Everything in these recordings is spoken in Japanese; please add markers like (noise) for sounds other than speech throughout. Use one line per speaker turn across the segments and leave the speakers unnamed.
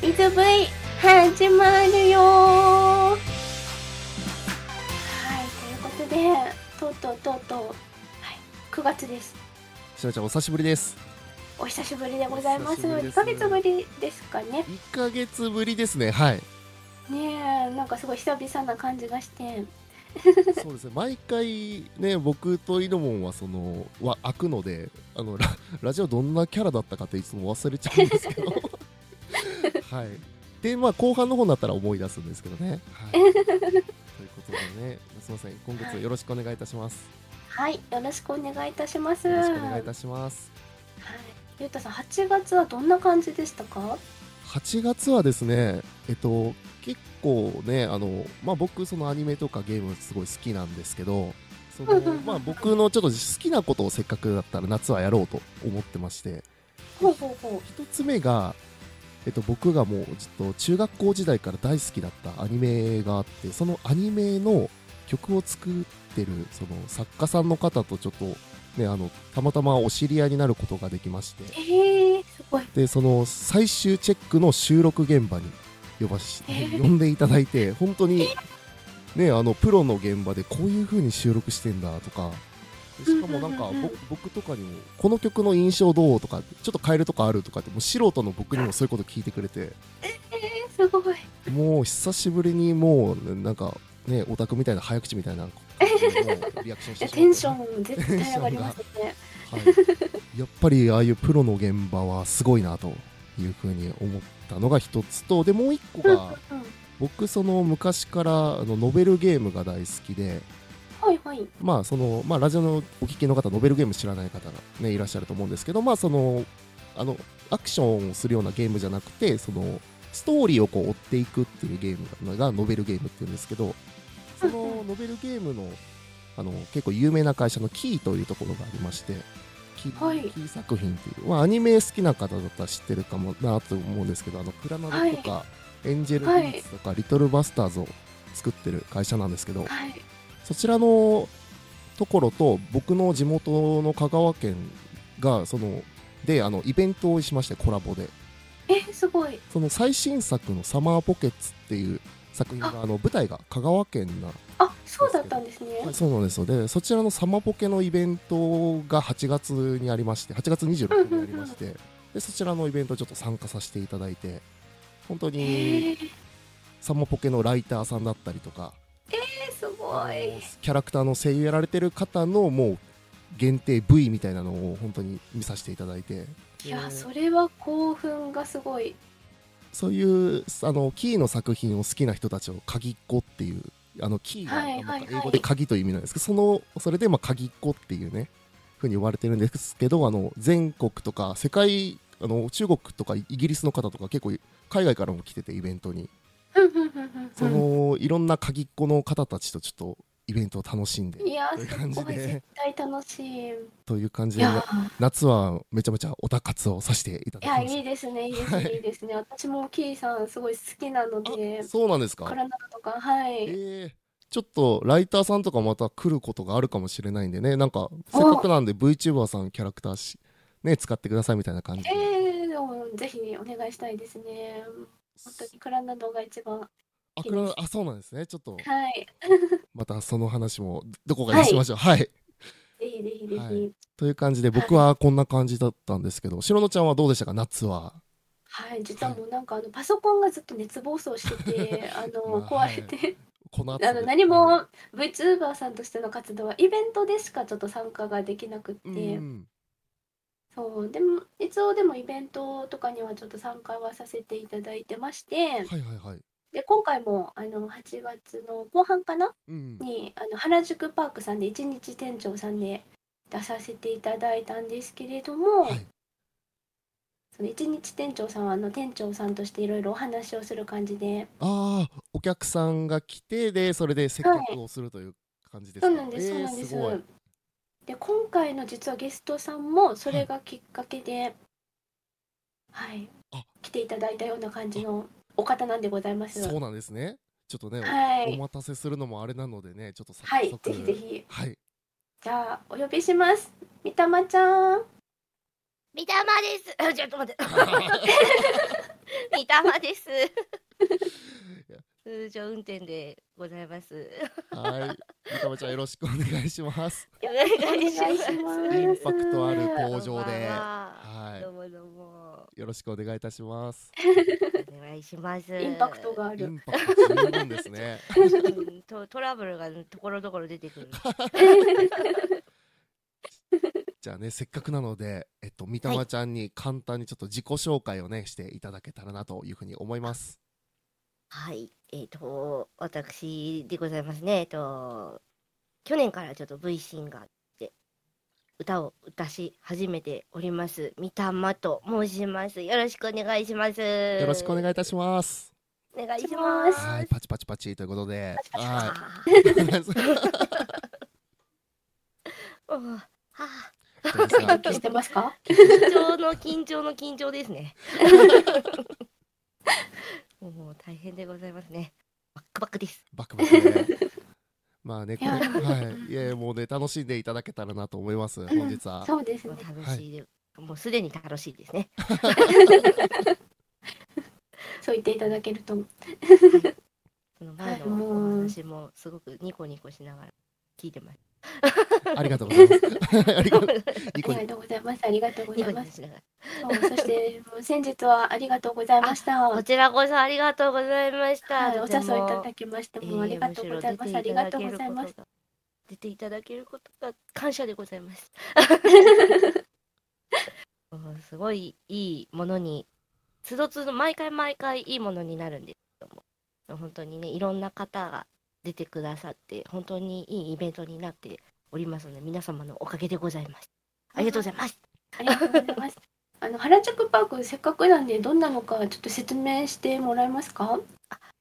ズ V 始まるよーはいということでとうとうとうとう、はい、9月です
しのちゃんお久しぶりです
お久しぶりでございます
お久しぶりで
2
す
ヶ月ぶりですかね
1ヶ月ぶりですねはい (laughs)
ねえなんかすごい久々な感じがして
そうですね毎回ね僕とイノモンはそのは開くのであのララジオどんなキャラだったかっていつも忘れちゃうんです (laughs) けどはいでまあ後半の方になったら思い出すんですけどね、 (laughs) はい、ということでねすみません今月はよろしくお願いいたします、
はいよろしくお願いいたします
よろしくお願いいたします
はい、ゆうたさん8月はどんな感じでしたか
8月はですね、えっと、結構ね、あのまあ、僕、そのアニメとかゲームすごい好きなんですけど、その
うんうんうん
まあ、僕のちょっと好きなことをせっかくだったら夏はやろうと思ってまして、
ほうほうほ
一つ目が、えっと、僕がもうずっと中学校時代から大好きだったアニメがあって、そのアニメの曲を作ってるその作家さんの方とちょっと、ね、あのたまたまお知り合いになることができまして。
うへえすごい
でその最終チェックの収録現場に呼ばし
えー
呼んでいただいて本当にねあのプロの現場でこういう風に収録してんだとかでしかもなんか
うんうんうんうん
ぼ僕とかにもこの曲の印象どうとかちょっと変えるとかあるとかってもう素人の僕にもそういうこと聞いてくれて
えー、すごい
もう久しぶりにもうなんかねオタクみたいな早口み
(laughs)
たいな感じのリアクションしてしまって
テンション絶対上がりますね。
はい、や (laughs) っぱりああいうプロの現場はすごいなというふうに思ったのが一つとでもう一個
(laughs) うんうん
が僕その昔からあのノベルゲームが大好きで
はいはい。
まあその、まあ、ラジオのお聞きの方ノベルゲーム知らない方が、ね、いらっしゃると思うんですけどまあそのあのアクションをするようなゲームじゃなくてそのストーリーをこう追っていくっていうゲームがノベルゲームっていうんですけどそ
(laughs)
のノベルゲームのあの結構有名な会社のキーというところがありましてキー,、
はい
キー作品っていう、まあ、アニメ好きな方だったら知ってるかもなと思うんですけどあのクラナドとか、エンジェルビーツとか、リトルバスターズを作ってる会社なんですけど、
はい。
そちらのところと僕の地元の香川県がそのであのイベントをしましてコラボで
え、すごい。
その最新作の「サマーポケッツ」っていう作品があの舞台が香川県な
あ、そうだったんですね。
そうなんですよでそちらのサマポケのイベントが8月にありまして8月26日にありましてでそちらのイベントちょっと参加させていただいて本当
え
に
ー、
サマポケのライターさんだったりとか
えすご
あの
い。
キャラクターの声優やられてる方のもう限定 V みたいなのを本当に見させていただいて
いや、それは興奮がすごい。
そういうあのキーの作品を好きな人たちを鍵っ子っていうあのキーが
はいはいはい
なんか英語で鍵という意味なんですけど、そのそれでまあ鍵っ子っていうねふうに呼ばれてるんですけどあの全国とか世界あの中国とかイギリスの方とか結構海外からも来ててイベントに
うんうんうん
そ
うん
の、いろんな鍵っ子の方たちとちょっとイベントを楽しんで
うん。いや、
とい
す
う感じ
ごい。
で
絶対楽しい。
という感じ
い
で
や、
夏はめちゃめちゃオタ活をさせていただ
い
きま
や、
した
いいですね。いいです
は
ね。
い
いいですね。私もキーさんすごい好きなので
あ、そうなんですか
カラナダとか、は
え
い。
ーちょっとライターさんとかまた来ることがあるかもしれないんでねなんかせっかくなんで VTuber さんキャラクターし、ね、使ってくださいみたいな感じで、
えー、でもぜひお願いしたいですね。本当にカラナドが一番。は
あくらあそうなんですねちょっと
い。
またその話もどこかにしましょうはい、
ぜひぜひぜひ。
はいという感じで僕はこんな感じだったんですけど白野ちゃんはどうでしたか夏は
はい、実はもうなんかあのパソコンがずっと熱暴走してて、あの
まあはい
壊れて、
この後
あの何も VTuber さんとしての活動はイベントでしかちょっと参加ができなくって、
うん
そう、でも一応でもイベントとかにはちょっと参加はさせていただいてまして、
はいはいはい
で今回もあの8月の後半かな
うん
にあの原宿パークさんで一日店長さんで出させていただいたんですけれども、
はい
その一日店長さんはあの店長さんとしていろいろお話をする感じで。
ああ、お客さんが来て、で、それで接客をするという感じです
そ
か。
うなんです、
えーす
そう
ご
ないんです。で、今回の実はゲストさんもそれがきっかけで、はい、
あ
来ていただいたような感じのお方なんでございます。
そうなんですね。ちょっとね、
は
お
い、
待たせするのもあれなのでね、ちょっと早速。
はい、ぜひぜひ。
はい。
じゃあお呼びします。みたまちゃん。
(laughs)
(laughs)
みたまです。あちょっと待って。三玉です。通常運転でございます。
はい。三上ちゃんよろしくお願いします。
お願いし
お願い
ま
します
す。
インパクトある工場
こんばん
で、
は
はい
どうもどうも。
よろしくお願いいたします。
お願いします。
インパクトがあ
イ
る。
ンパクト十分です
(laughs)
ね。
うんとトラブルがところどころ出てくる。
じゃあね、せっかくなので、えっと、三玉ちゃんに簡単にちょっと自己紹介をね、していただけたらなというふうに思います。
はい、えっ、と、私でございますね。えっ、と、去年からちょっと V シンガーで歌を歌し始めております。三玉と申します。よろしくお願いします。よ
よろしくお願いいたします。
お願いします。
はい、パチパチパチということで、は
あ (laughs)
い。どう (laughs) です
ーうんはあ
か
元気してます
(laughs)
か？
緊張の緊張の緊張ですね。もう大変でございますね。バックバックです。
バクバクで。まあね、こ
い
れ
や
はい、いやもうね、楽しんでいただけたらなと思います。本日は。
そうです
も
ね
う。楽しいで、もうすでに楽しいです
(laughs)
ね。
そう言っていただけると
その前
はいも
の
う
お話もすごくニコニコしながら聞いて
(laughs)
(laughs) ます。
ありがとうございます。ありがとう。ニ
あり
コニ
がとうございます。ありがとうご
ニ
ざ
コ
いま
ニ
(laughs)
コ
す。
しながら。
そうそしてもう先日はありがとうございました。
こちらこそありがとうございました。
はい、お
とても
誘いいただきまして、
えー
もうありがとうございます。ありがとうございま。
むしろ出ていただけるこ
す。
とが出ていただけることが感謝でござ
(laughs)
います。うんすごいいいものに、つどつど毎回毎回いいものになるんですけども、本当にね、いろんな方が出てくださって、本当にいいイベントになっておりますので、皆様のおかげでございます。ありがとうございます。
ありがとうございます。あの原宿パークせっかくなんでどんなのかちょっと説明してもらえます
(laughs)
か？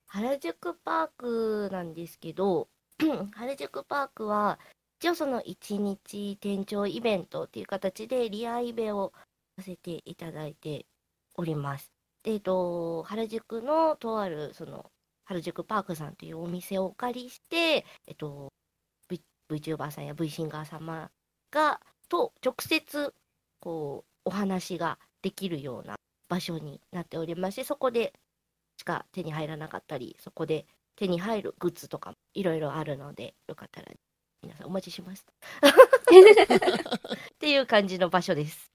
原宿パークなんですけど (clears throat) 原宿パークは一応その1日店長イベントっていう形でリアイベをさせていただいております。で、えっと、原宿のとあるその原宿パークさんというお店をお借りして、えっと、v、VTuber さんや V シンガー様がと直接こうお話ができるような場所になっておりましてそこでしか手に入らなかったり、そこで手に入るグッズとかもいろいろあるので、よかったら皆さんお待ちします。っていう感じの場所です。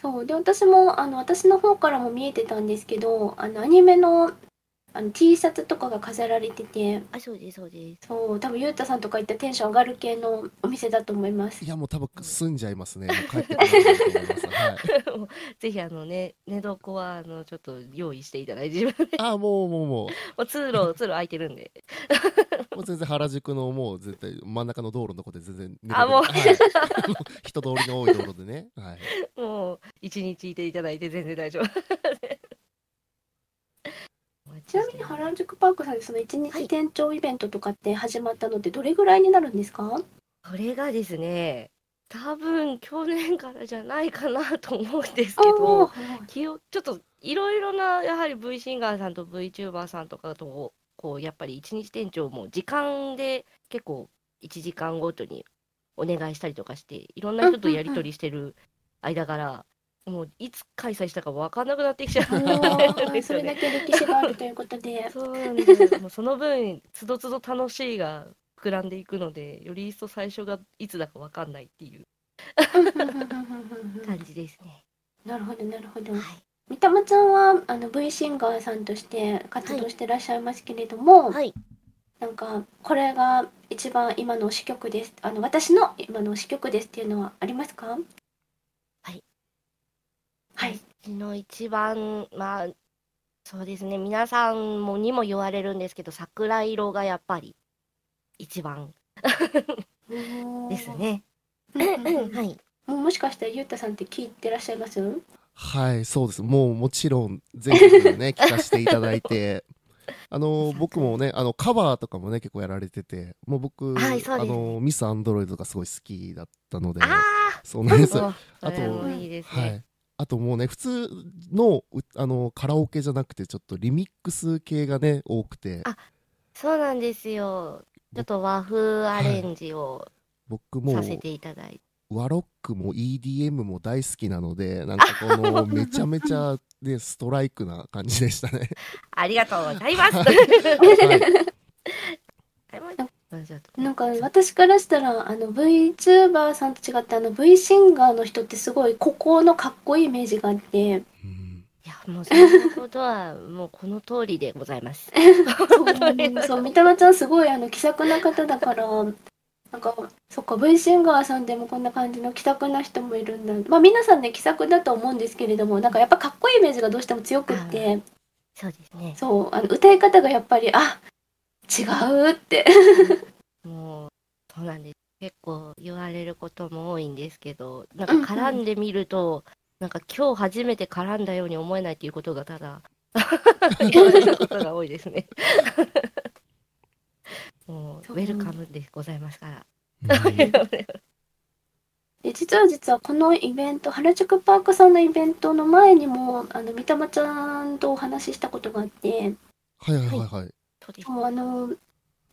そうで私もあの私の方からも見えてたんですけど、あのアニメのあの T シャツとかが飾られてて、
あ、そうです、そう (laughs) です。
そう多分ゆうたさんとか行ったテンション上がる系のお店だと思います
い。やもう多分住んじゃいますね。もう帰ってこないと思います。はい。
ぜひあのね、寝床はあのちょっと用意していただいて、 (laughs) 自分で
あもうもうも
もう通 (laughs) 路、通路空いてるんで。
うもう全然原宿のもう絶対真ん中の道路のとこで全然寝
あもう
はい、人通りの多い道路でね。はい。
もう一日いていただいて全然大丈夫。 (laughs)
ちなみに原宿パークさんでその一
はい
日店長イベントとかって始まったのってどれぐらいになるんですか？
これがですね、多分去年からじゃないかなと思うんですけ
あー
ど、
はい
気をちょっといろいろなやはり V シンガーさんと VTuber さんとかとこうやっぱり一日店長も時間で結構1時間ごとにお願いしたりとかしていろんな人とやり取りしてる間柄もういつ開催したか分かんなくなってきちゃう
あの
ん
ー
です
そ
よ
れだ
ね。
け歴史があるということ
(laughs)
で、
そうなんですよもうその分つどつど楽しいが膨らんでいくのでより一層最初がいつだか分かんないっていう感じですね。
なるほどなるほど。
は
三玉ちゃんはあの V シンガーさんとして活動してらっしゃいますけれども、
い、はい、
なんかこれが一番今の支局ですあの私の今の支局ですっていうのはありますか
はい
はい、
うちの一番まあそうですね皆さんもにも言われるんですけど桜色がやっぱり一番ですね。
うんうんうん
(laughs) はい、
もうもしかしたらゆうたさんって聞いてらっしゃい
(laughs)
ます
はい、そうです。もうもちろん全国のね (laughs) 聞かせていただいて。あの僕もねあのカバーとかもね結構やられててもう僕、
はいそ
あ
うですね
のミス・アンドロイドとかすごい好きだったので
あ
そうなんで
あ
す
そう
あ
そ
と
れもいいですね。
はい、あともうね普通のうあのカラオケじゃなくてちょっとリミックス系がね多くて
あそうなんですよ。ちょっと和風アレンジを
僕も
させていただいて。
ワロックも EDM も大好きなのでなんかこ
(laughs)
のめちゃめちゃでストライクな感じでしたね。
ありがとうございます。
はい
はいもうちょっと
なんか私からしたらあの VTuber さんと違ってあの V シンガーの人ってすごい孤高のかっこいいイメージがあって
うん
いや、もうそんなことは、もうこの通りでございます。
そうそう三鷹ちゃんすごいあの気さくな方だからなんかそっか V シンガーさんでもこんな感じの気さくな人もいるんだまあ皆さんね気さくだと思うんですけれどもなんかやっぱかっこいいイメージがどうしても強くって
そうですね。
そうあの歌い方がやっぱりあ違うって
もう、そうなんです。結構言われることも多いんですけど、なんか絡んでみると、なんか今日初めて絡んだように思えないということがた (laughs) だ、言われることが多いですね。もう、ウェルカムでございますから。
で実は実はこのイベント原宿パークさんのイベントの前にもあの三玉ちゃんとお話ししたことがあって
はいはいはいはい。
そうです。
もうあの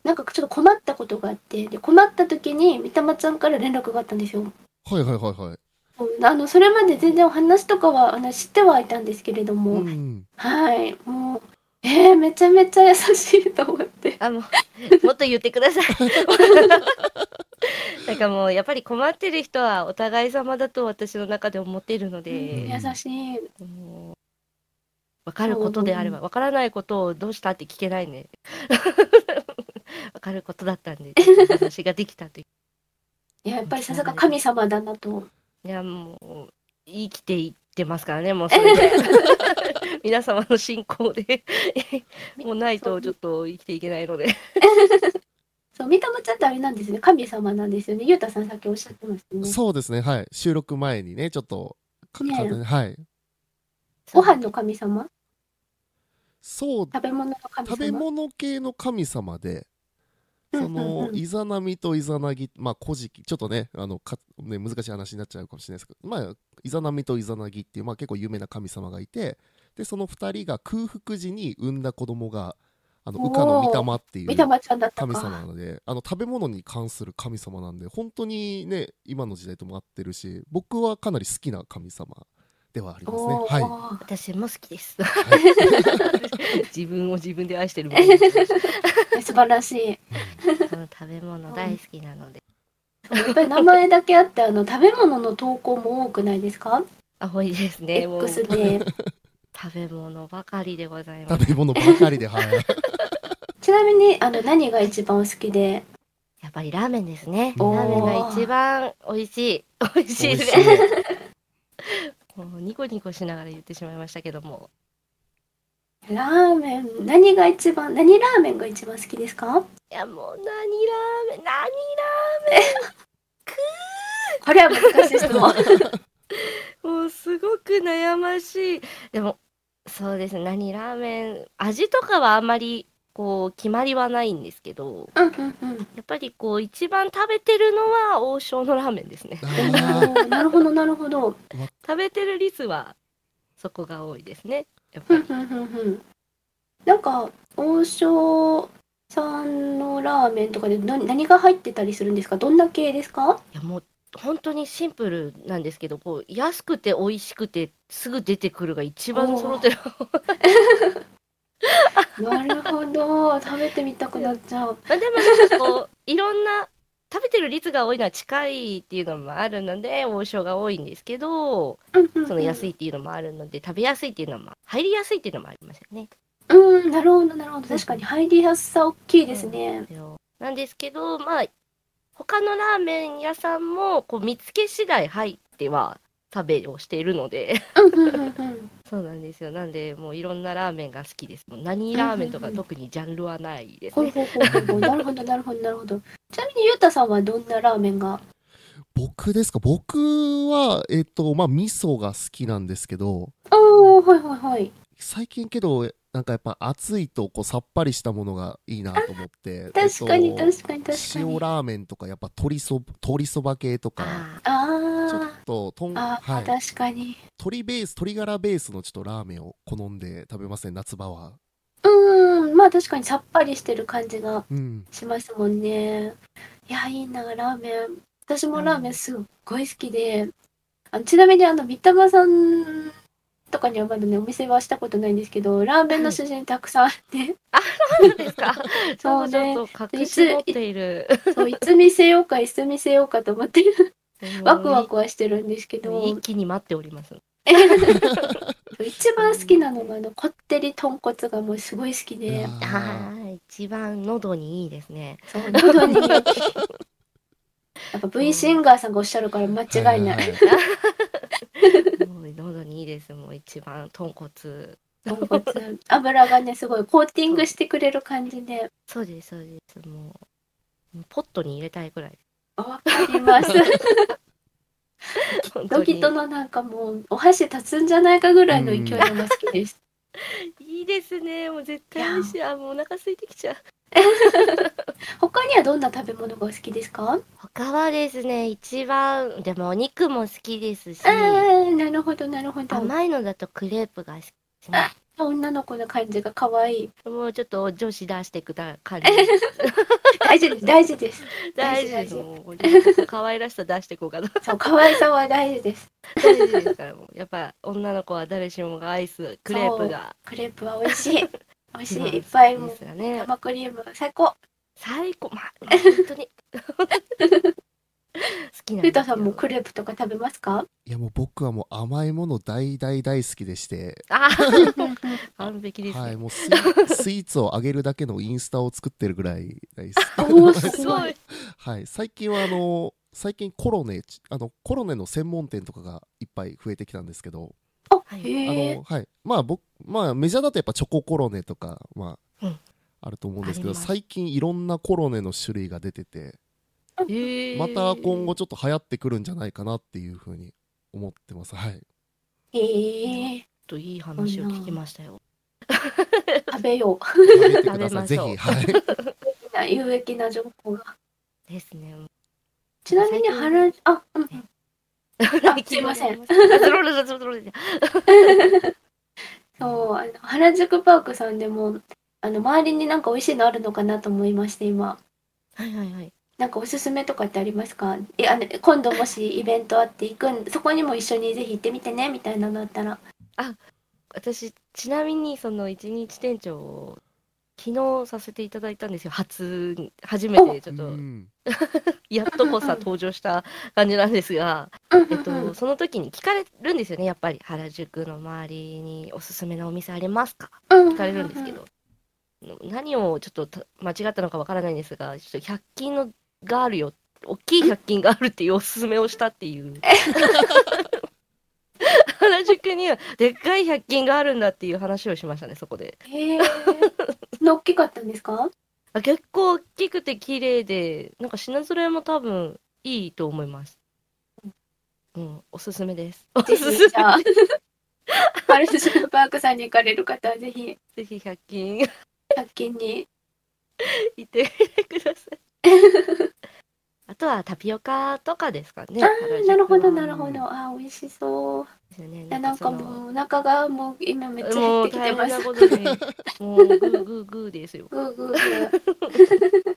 なんかちょっと困ったことがあってで困った時に三玉ちゃんから連絡があったんですよ。
はいはいはいはい。
うんあのそれまで全然お話とかはあの知ってはいたんですけれども、
うん
はいもうえー、めちゃめちゃ優しいと思って
あもうもっと言ってく (laughs) ださい。なんかもうやっぱり困ってる人はお互い様だと私の中で思っているの
うん
で、
優しい
もう分かることであれば分からないことをどうしたって聞けないね。 (laughs) 分かることだったんで話ができたとい
いややっぱりさすが神様だなと
ういやもう生きていってますからねもうそれ
(laughs)
で皆様の信仰でもうないとちょっと生きていけないので。
そう三玉ちゃんってあれなんですね神様なんですよねゆうたさんさっきおっしゃってましたね
そうですねはい収録前にねちょっとか
ねえ
簡単にはい
ご飯の神様
そう
食べ物の神様
食べ物系の神様で
うん
そ
うん
の
うん
イザナミとイザナギまあ古事記ちょっとねあのかね難しい話になっちゃうかもしれないですけどまあイザナミとイザナギっていうまあ結構有名な神様がいてでその二人が空腹時に産んだ子供があの
おー
羽化の御霊っていう
三玉ちゃんだったか
神様なのであの食べ物に関する神様なんで本当にね今の時代とも合ってるし僕はかなり好きな神様ではありますね
おー
はい
私も好きです。
(laughs)
は
自分を自分で愛してるもんそ
素晴らしい
の食べ物大好きなので
そうやっぱり名前だけあってあの食べ物の投稿も多くないですか
あ多いですねもう
X
食
で
べ物ばかりでございま
食
す
べ物ばかり
(laughs)
ではい
(laughs) ちなみにあの何が一番お好きで
やっぱりラーメンですねラ
おー
ーメンが一番美味しい美味し
美
い
味し
ですね
い
もうニコニコしながら言ってしまいましたけども
ラーメン何が一番何ラーメンが一番好きですか
いやもう何ラーメン何ラ
これは難しい質問
ーメンもうすごく悩ましいでもそうですね何ラーメン味とかはあんまりこう決まりはないんですけど
(laughs) うんうんうん
やっぱりこう一番食べてるのは王将のラーメンですね
あ
おーなるほどなるほど
食べてる率はそこが多いですね。やっ
ふ
ぱ
ん
り
ふんふんふんなんか王将さんのラーメンとかで何何が入ってたりするんですかどんな系ですか
いやもう本当にシンプルなんですけど、こう安くて美味しくてすぐ出てくるが一番揃ってる。
なるほど食べてみたくなっちゃう
まあでもなんかこういろんな食べてる率が多いのは近いっていうのもあるので王将が多いんですけど、その安
い
いっていうのもあるので食べやすいっていうのも入りやすいっていうのもありますよね。
うんなるほどなるほど確かに入りやすさ大きいですね、
なんですけど、まあ他のラーメン屋さんもこう見つけ次第入っては食べをしているので。
うんうんうんうん
そうなんですよ。なんで、もういろんなラーメンが好きです。もう何ラーメンと
う
か
んうんうん
特にジャンルはないです
ほ
ね
い。ほいほいほいほいなるほどなるほどなるほどちなみにゆうたさんはどんなラーメンが
僕ですか僕はえっとまあ味噌が好きなんですけど
ああはいはいはい
最近けどなんかやっぱ暑いとこうさっぱりしたものがいいなと思って
確かに
えっと
確かに確か
塩
に
ラーメンとかやっぱ鶏そ鶏そば系とか
あ
ちょっ
あ
ととん、
ーあー、
はい、
確かに
鶏ベース鶏ガラベースのちょっとラーメンを好んで食べますね夏場は
うーんまあ確かにさっぱりしてる感じが
うん
しますもんねいやいいなラーメン私もラーメンすっごい好きで、あのちなみにあの三玉さんとかにはまだねお店はしたことないんですけどラーメンの主人たくさん (laughs) あって、
そうです (laughs) か。
そうね
ちょっと隠し持っている。
そういつ見せようかいつ見せようかと思って (laughs) ワクワ
ク
クはしてるんですけど
一気に待っております。
一番好きなのがあのこってり豚骨がもうすごい好きで
あー
ああ、一番喉にいいです (laughs) ね。
そう喉にやっ (laughs) ぱ V シンガーさんがおっしゃるから間違いない
ははは
もう喉にいいです。もう一番豚骨。
豚骨油がねすごいコーティングしてくれる感じで
(laughs) そうですそうです。もうポットに入れたいくらい。
わかります
本当
ド
に
キトのなんかもうお箸立つんじゃないかぐらいの勢いのが好きです。
いいですね。もう絶対美味しい。あもうお腹空いてきちゃう。
他にはどんな食べ物がお好きですか？
他はですね、一番でもお肉も好きですし、
ああなるほどなるほど。
甘いのだとクレープが好きですね。
女の子の感じが可愛い。
もうちょっと女子出してくだ感じ。
大事です大事です。
大事
大
で
事
す。もうちょっと可愛らしさ出していこうかな。
そう可愛さは大事です。
大事ですからもうやっぱ女の子は誰しもがアイス、クレープが
クレープは美味しい。美味し
うん
いいっぱ
い
い
いで
も
すよね。
生クリーム最高。
最高、まあ、まあ本当に。 (laughs) 好きなん
ル
で
ータ
すけど
さんもクレープとか食べますか？
いやもう僕はもう甘いもの大大大好きでして、
あ
うん
ー、
うん
完璧ですね。
はい、もうス
(laughs)
イスイーツをあげるだけのインスタを作ってるぐらい大好き
うんおーす
す
ご
ご
い
い。。
はい、最近はあの最近コロネあのコロネの専門店とかがいっぱい増えてきたんですけど、
あ
は
あ
い
へえ
のはい、まあ僕まあメジャーだとやっぱチョココロネとかまあ、
うん
あると思うんですけ
あ
ど、
ります
最近いろんなコロネの種類が出てて、
えー
また今後ちょっと流行ってくるんじゃないかなっていうふうに思ってます。はい、
へえ
ちょっといい話を聞きましたよ。
食べよ
食べてください。ぜ
食べ
ひ
ま
はい。
う。有益な情報が。
ですね。
ちなみに原あうんうん。あすいません
あすいません。ドロドロドロドロドロ
そう、あの原宿パークさんでも、あの周りになんか美味しいのあるのかなと思いまして、今。
はいはいはい。
なんかおすすめとかってありますか。え、あの、今度もしイベントあって行くん、そこにも一緒にぜひ行ってみてねみたいなのあったら。
私、ちなみにその一日店長を昨日させていただいたんですよ。初、初めてちょっ
う
と、
ん
やっとこ
うんう
さ
ん
登場した感じなんですが、
うん
えっと、その時に聞かれるんですよね、やっぱり原宿の周りにおすすめのお店ありますか
うん
聞かれるんですけ。ど、何をちょっとた間違ったのかわからないんですが、ちょっと100均のがあるよ、大きい100均があるっていうおすすめをしたっていう。原宿にはでっかい100均があるんだっていう話をしましたね、そこで。
へえ。そんな大きかったんですか。
あ結構大きくて綺麗で、なんか品揃えも多分いいと思います。うん、おすすめです。お
ぜ
すすめ
ひ、じゃあ。原宿パークさんに行かれる方はぜひ、
(laughs) ぜひ100均
百均に。
行ってみてください。あとはタピオカとかですかね。
あ
原
あ、
宿
なるほど、
は
なるほど、あー、美味しそう。
ですよね
いや、なんか
その
もう、お腹がもう、今めっちゃ減
も
って
う
きて
大
ま
変
す
な。ことで、
(laughs)
もうグーグーグーですよ。
ぐーぐーぐー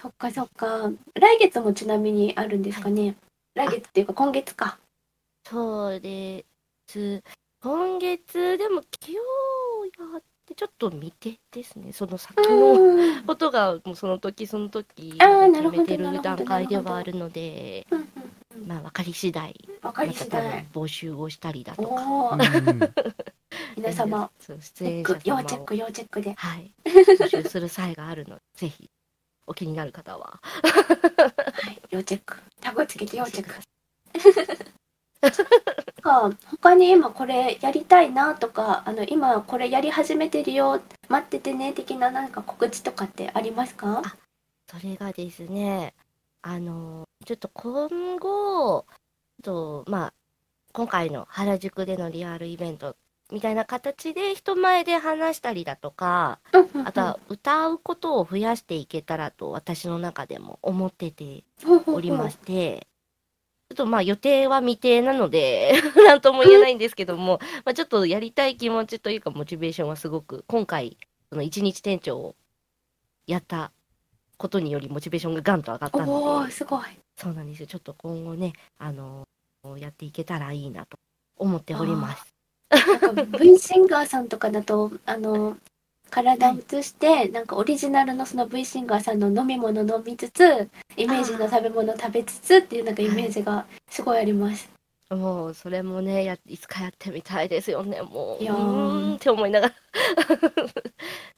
そっかそっか。来月もちなみにあるんですかね。来月っていうか今月か。
そうです。今月でも今日やってちょっと見てですね。その先の
うんうん
ことがもうその時その時
あーなるほ
決
ど
め
な
て
る
る
ほど
段階ではあるので、
うん。
まあ分かり次第
わか
ま
り
た
次
多
第
分。募集をしたりだとか。
おお、皆様、
そう出
チェ
演
ック
者、
要
様
チェッ
を
ク、要チェックで。
はい、募集する際があるので、ぜひ、お気になる方は。
はい、要チェック。タグつけて要チェック
ぜ。
か他に今これやりたいなとか、あの今これやり始めてるよ、待っててね的ななんか告知とかってありますか？
それがですね、あの、ちょっと今後、と、まあ、今回の原宿でのリアルイベントみたいな形で人前で話したりだとか、
うんうんうん
あとは歌うことを増やしていけたらと私の中でも思ってておりまし。て、ちょっとまあ予定は未定なので、 (laughs) なんとも言えないんですけども、まあちょっとやりたい気持ちというかモチベーションはすごく、今回、その一日店長をやったことによりモチベーションがガンと上がっ
お
たの
おー、すごい。
で、そうなんですよ。ちょっと今後ね、あのやっていけたらいいなと思っております。
なんか V シンガーさんとかだとあの体を移してなんかオリジナルのその V シンガーさんの飲み物飲みつつイメージの食べ物食べつつっていうなんかイメージがすごいあります。
もうそれもねや、いつかやってみたいですよね、もう。
いやー
うーんって思い (laughs) ながら。なんかもうち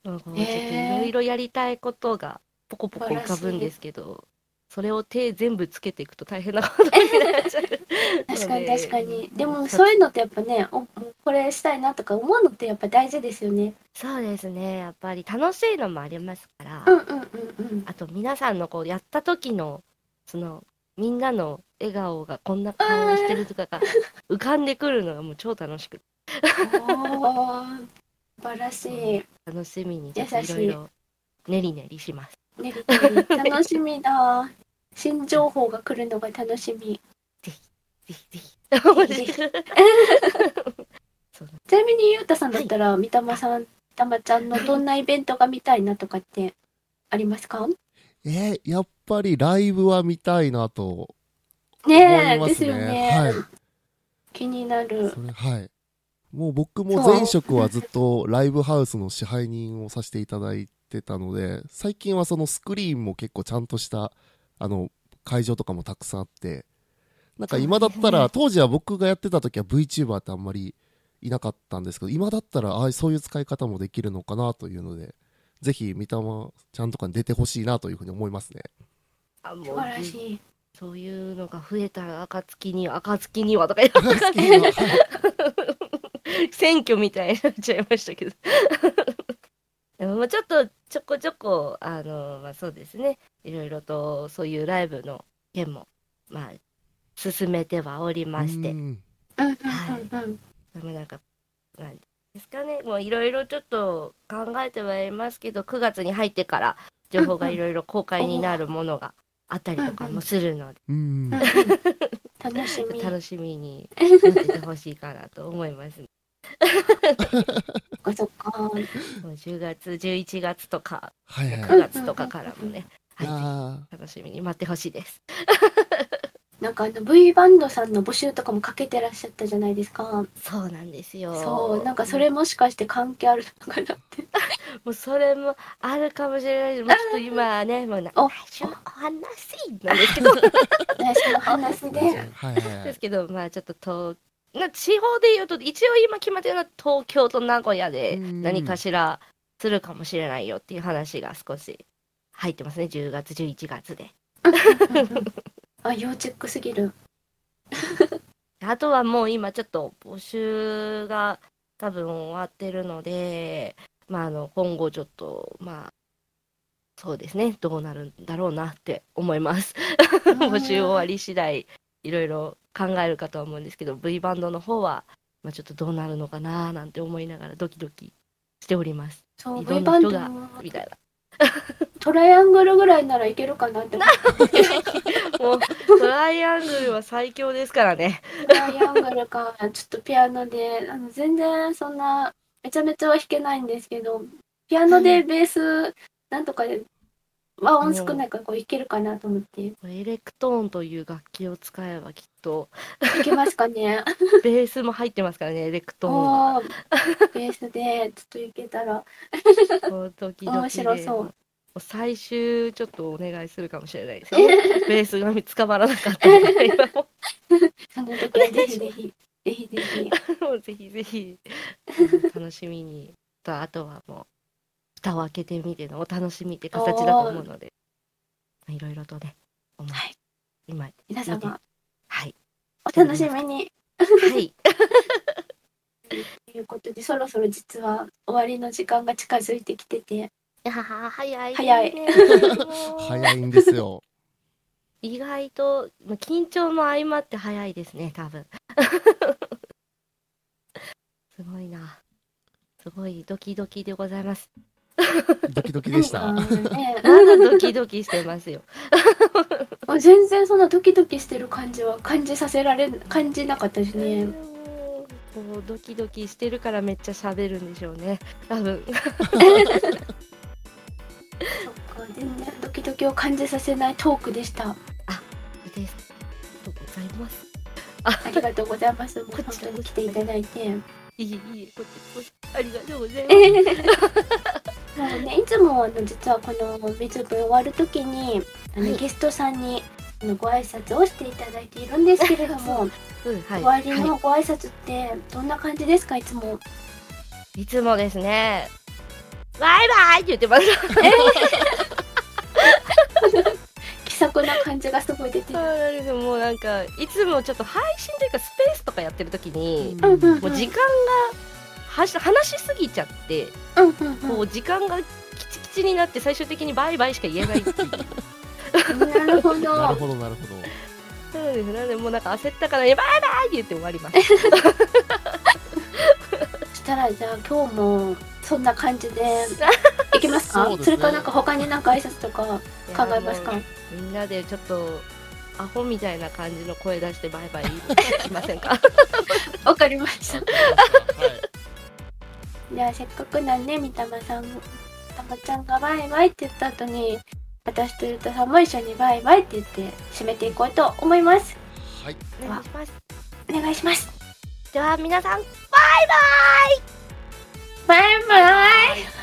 ょっとい
ねえ
ろいろやりたいことがポコポコ浮かぶんですけど、それを手全部つけていくと大変なことになっちゃう。
確かに
なので
確かに。で
う
も
ん
そういうのってやっぱね、おこれしたいなとか思うのってやっぱ大事ですよね。
そうですね、やっぱり楽しいのもありますから。
うんうんうんうん。
あと皆さんのこうやった時のそのみんなの笑顔がこんな顔をしてるとかが浮かんでくるのがもう超楽しくて
おー素晴らしい。
楽しみにちょっといろいろねりねりします。
ねりくり楽しみだ。新情報が来るのが楽しみ。
ぜひぜひ。面
ぜひ
白い
ちなみにゆうたさんだったら、三玉さん、たまちゃんのどんなイベントが見たいなとかってありますか？
えーやっぱりライブは見たいなと思
ね
い
え
ま
ですす
ね。
よね。
はい。
気になる
そ。れはい。もう僕も前職はずっとライブハウスの支配人をさせていただいてたので、最近はそのスクリーンも結構ちゃんとした、あの、会場とかもたくさんあって、なんか今だったら、当時は僕がやってた時は VTuber ってあんまりいなかったんですけど、今だったら、ああ、そういう使い方もできるのかなというので、ぜひ、三玉ちゃんとかに出てほしいなというふうに思います (laughs) ね。
あも
素晴らし
う
い。
そういうのが増えたら暁には暁にはとか言っ
好き (laughs) なはい
て選挙みたいになっちゃいましたけどでももうちょっとちょこちょこあのまあそうですねいろいろとそういうライブの件もまあ進めてはおりまして
う。ん
うんうんうんうん。
でもなんか、なんですかね、もういろいろちょっと考えてはいますけど、9月に入ってから情報がいろいろ公開になるものがあったりとかもするので、
う
う
ん
んうん楽しみ。
楽しみに待っててほしいかなと思います、ね。
そっかそっか。
もう10月、11月とか、
はいはい。
9月とかからもね、
あ
は
ー
い、楽しみに待ってほしいです。
なんかあの V バンドさんの募集とかもかけてらっしゃったじゃないですか。
そうなんですよ。
そう、なんかそれもしかして関係あるのかなって。
もうそれもあるかもしれないし、もうちょっと今はね、もうな
お
来週のお話なんですけど、
内緒の話で。
はいはいは
で
い
す。けど、まあちょっと東な地方で言うと一応今決まってるのは東京と名古屋で
うん
何かしらするかもしれないよっていう話が少し入ってますね10月11月で。
あ、要チェックすぎる。
あとはもう今ちょっと募集が多分終わってるので、まあ、あの今後ちょっとまあそうですねどうなるんだろうなって思います。募集終わり次第いろいろ考えるかとは思うんですけど V バンドの方は、まあ、ちょっとどうなるのかななんて思いながらドキドキしております
そう、
いろ
V
ん
バ
な
ン
人
ド
が
の
みたい
トライアングルぐらいならいけるかなって思って。
なもうトライアングルは最強ですからね
トライアングルか、ちょっとピアノで、あの全然そんな、めちゃめちゃは弾けないんですけど、ピアノでベース、なんとかで、和音少ないからこう弾けるかなと思って。い
もうエレクトーンという楽器を使えばきっと
けますか
(laughs)
ね。
ベースも入ってますからねエレクトーンが
おーベースで、ちょっといけたら。
こうドキドキで
面白そう
も
(laughs)
う最終ちょっとお願いするかもしれないですねベースが見つかまらなかったので今も
その時はぜひぜひ、ぜひぜひ。
もうぜひぜひ楽しみにとあとはもう蓋を開けてみてのお楽しみって形だと思うのでいろいろとね思い、
はい
今はい
皆様、
はい、
お楽しみに。
(laughs) はい、
ということで、そろそろ実は終わりの時間が近づいてきてて、
いやー早い
早い
ねもう
早 (laughs) いんですよ。
意外とまあ緊張も相まって早いですね多分 (laughs) すごいなすごいドキドキでございます
ドキドキでした。
なんか
(laughs)
ね
まだドキドキしてますよ
もう全然そんなドキドキしてる感じは感じさせられん、感じなかったですね。
もうドキドキしてるからめっちゃ喋るんでしょうね多分
そっか全然ドキドキを感じさせないトークでした。
でざいます。
ありがとうござい (laughs) ます。もう本当に来ていただいて。も
いえいえ、こちらこそありがとうございます。
(laughs) うね、いつもあの実はこの水分終わるときにあの、
はい
ゲストさんにあのご挨拶をしていただいているんですけれども、
うん、はい。
終わり
は
のご挨拶ってどんな感じですかいつも。
い、いつもですね、バイバイって言ってます。
気さくな感じがすごい出てる。
もうなんか、いつもちょっと配信というかスペースとかやってる時に、
うんうん
もう時間がはし話しすぎちゃって、
うんうんうん
こう時間がキチキチになって最終的にバイバイしか言えないっていう。
(laughs) なるほど。
なるほどなるほど
そうです。なのでもうなんか焦ったから、ね、バイバイって言って終わります。
そしたらじゃあ今日もそんな感じでいきますか
そう
そ,、
ですね
れかなんか他になんか挨拶とか考えますか
いやもうみんなでちょっとアホみたいな感じの声出してバイバイ言いませんか
わかりました。
はい
じゃあせっかくなんで、みたまさん、たまちゃんがバイバイって言った後に、私とゆうたさんも一緒にバイバイって言って締めていこうと思います。
はい
(laughs) お願いします
お願いします。
では皆さ
バ
ん
イバイ
はい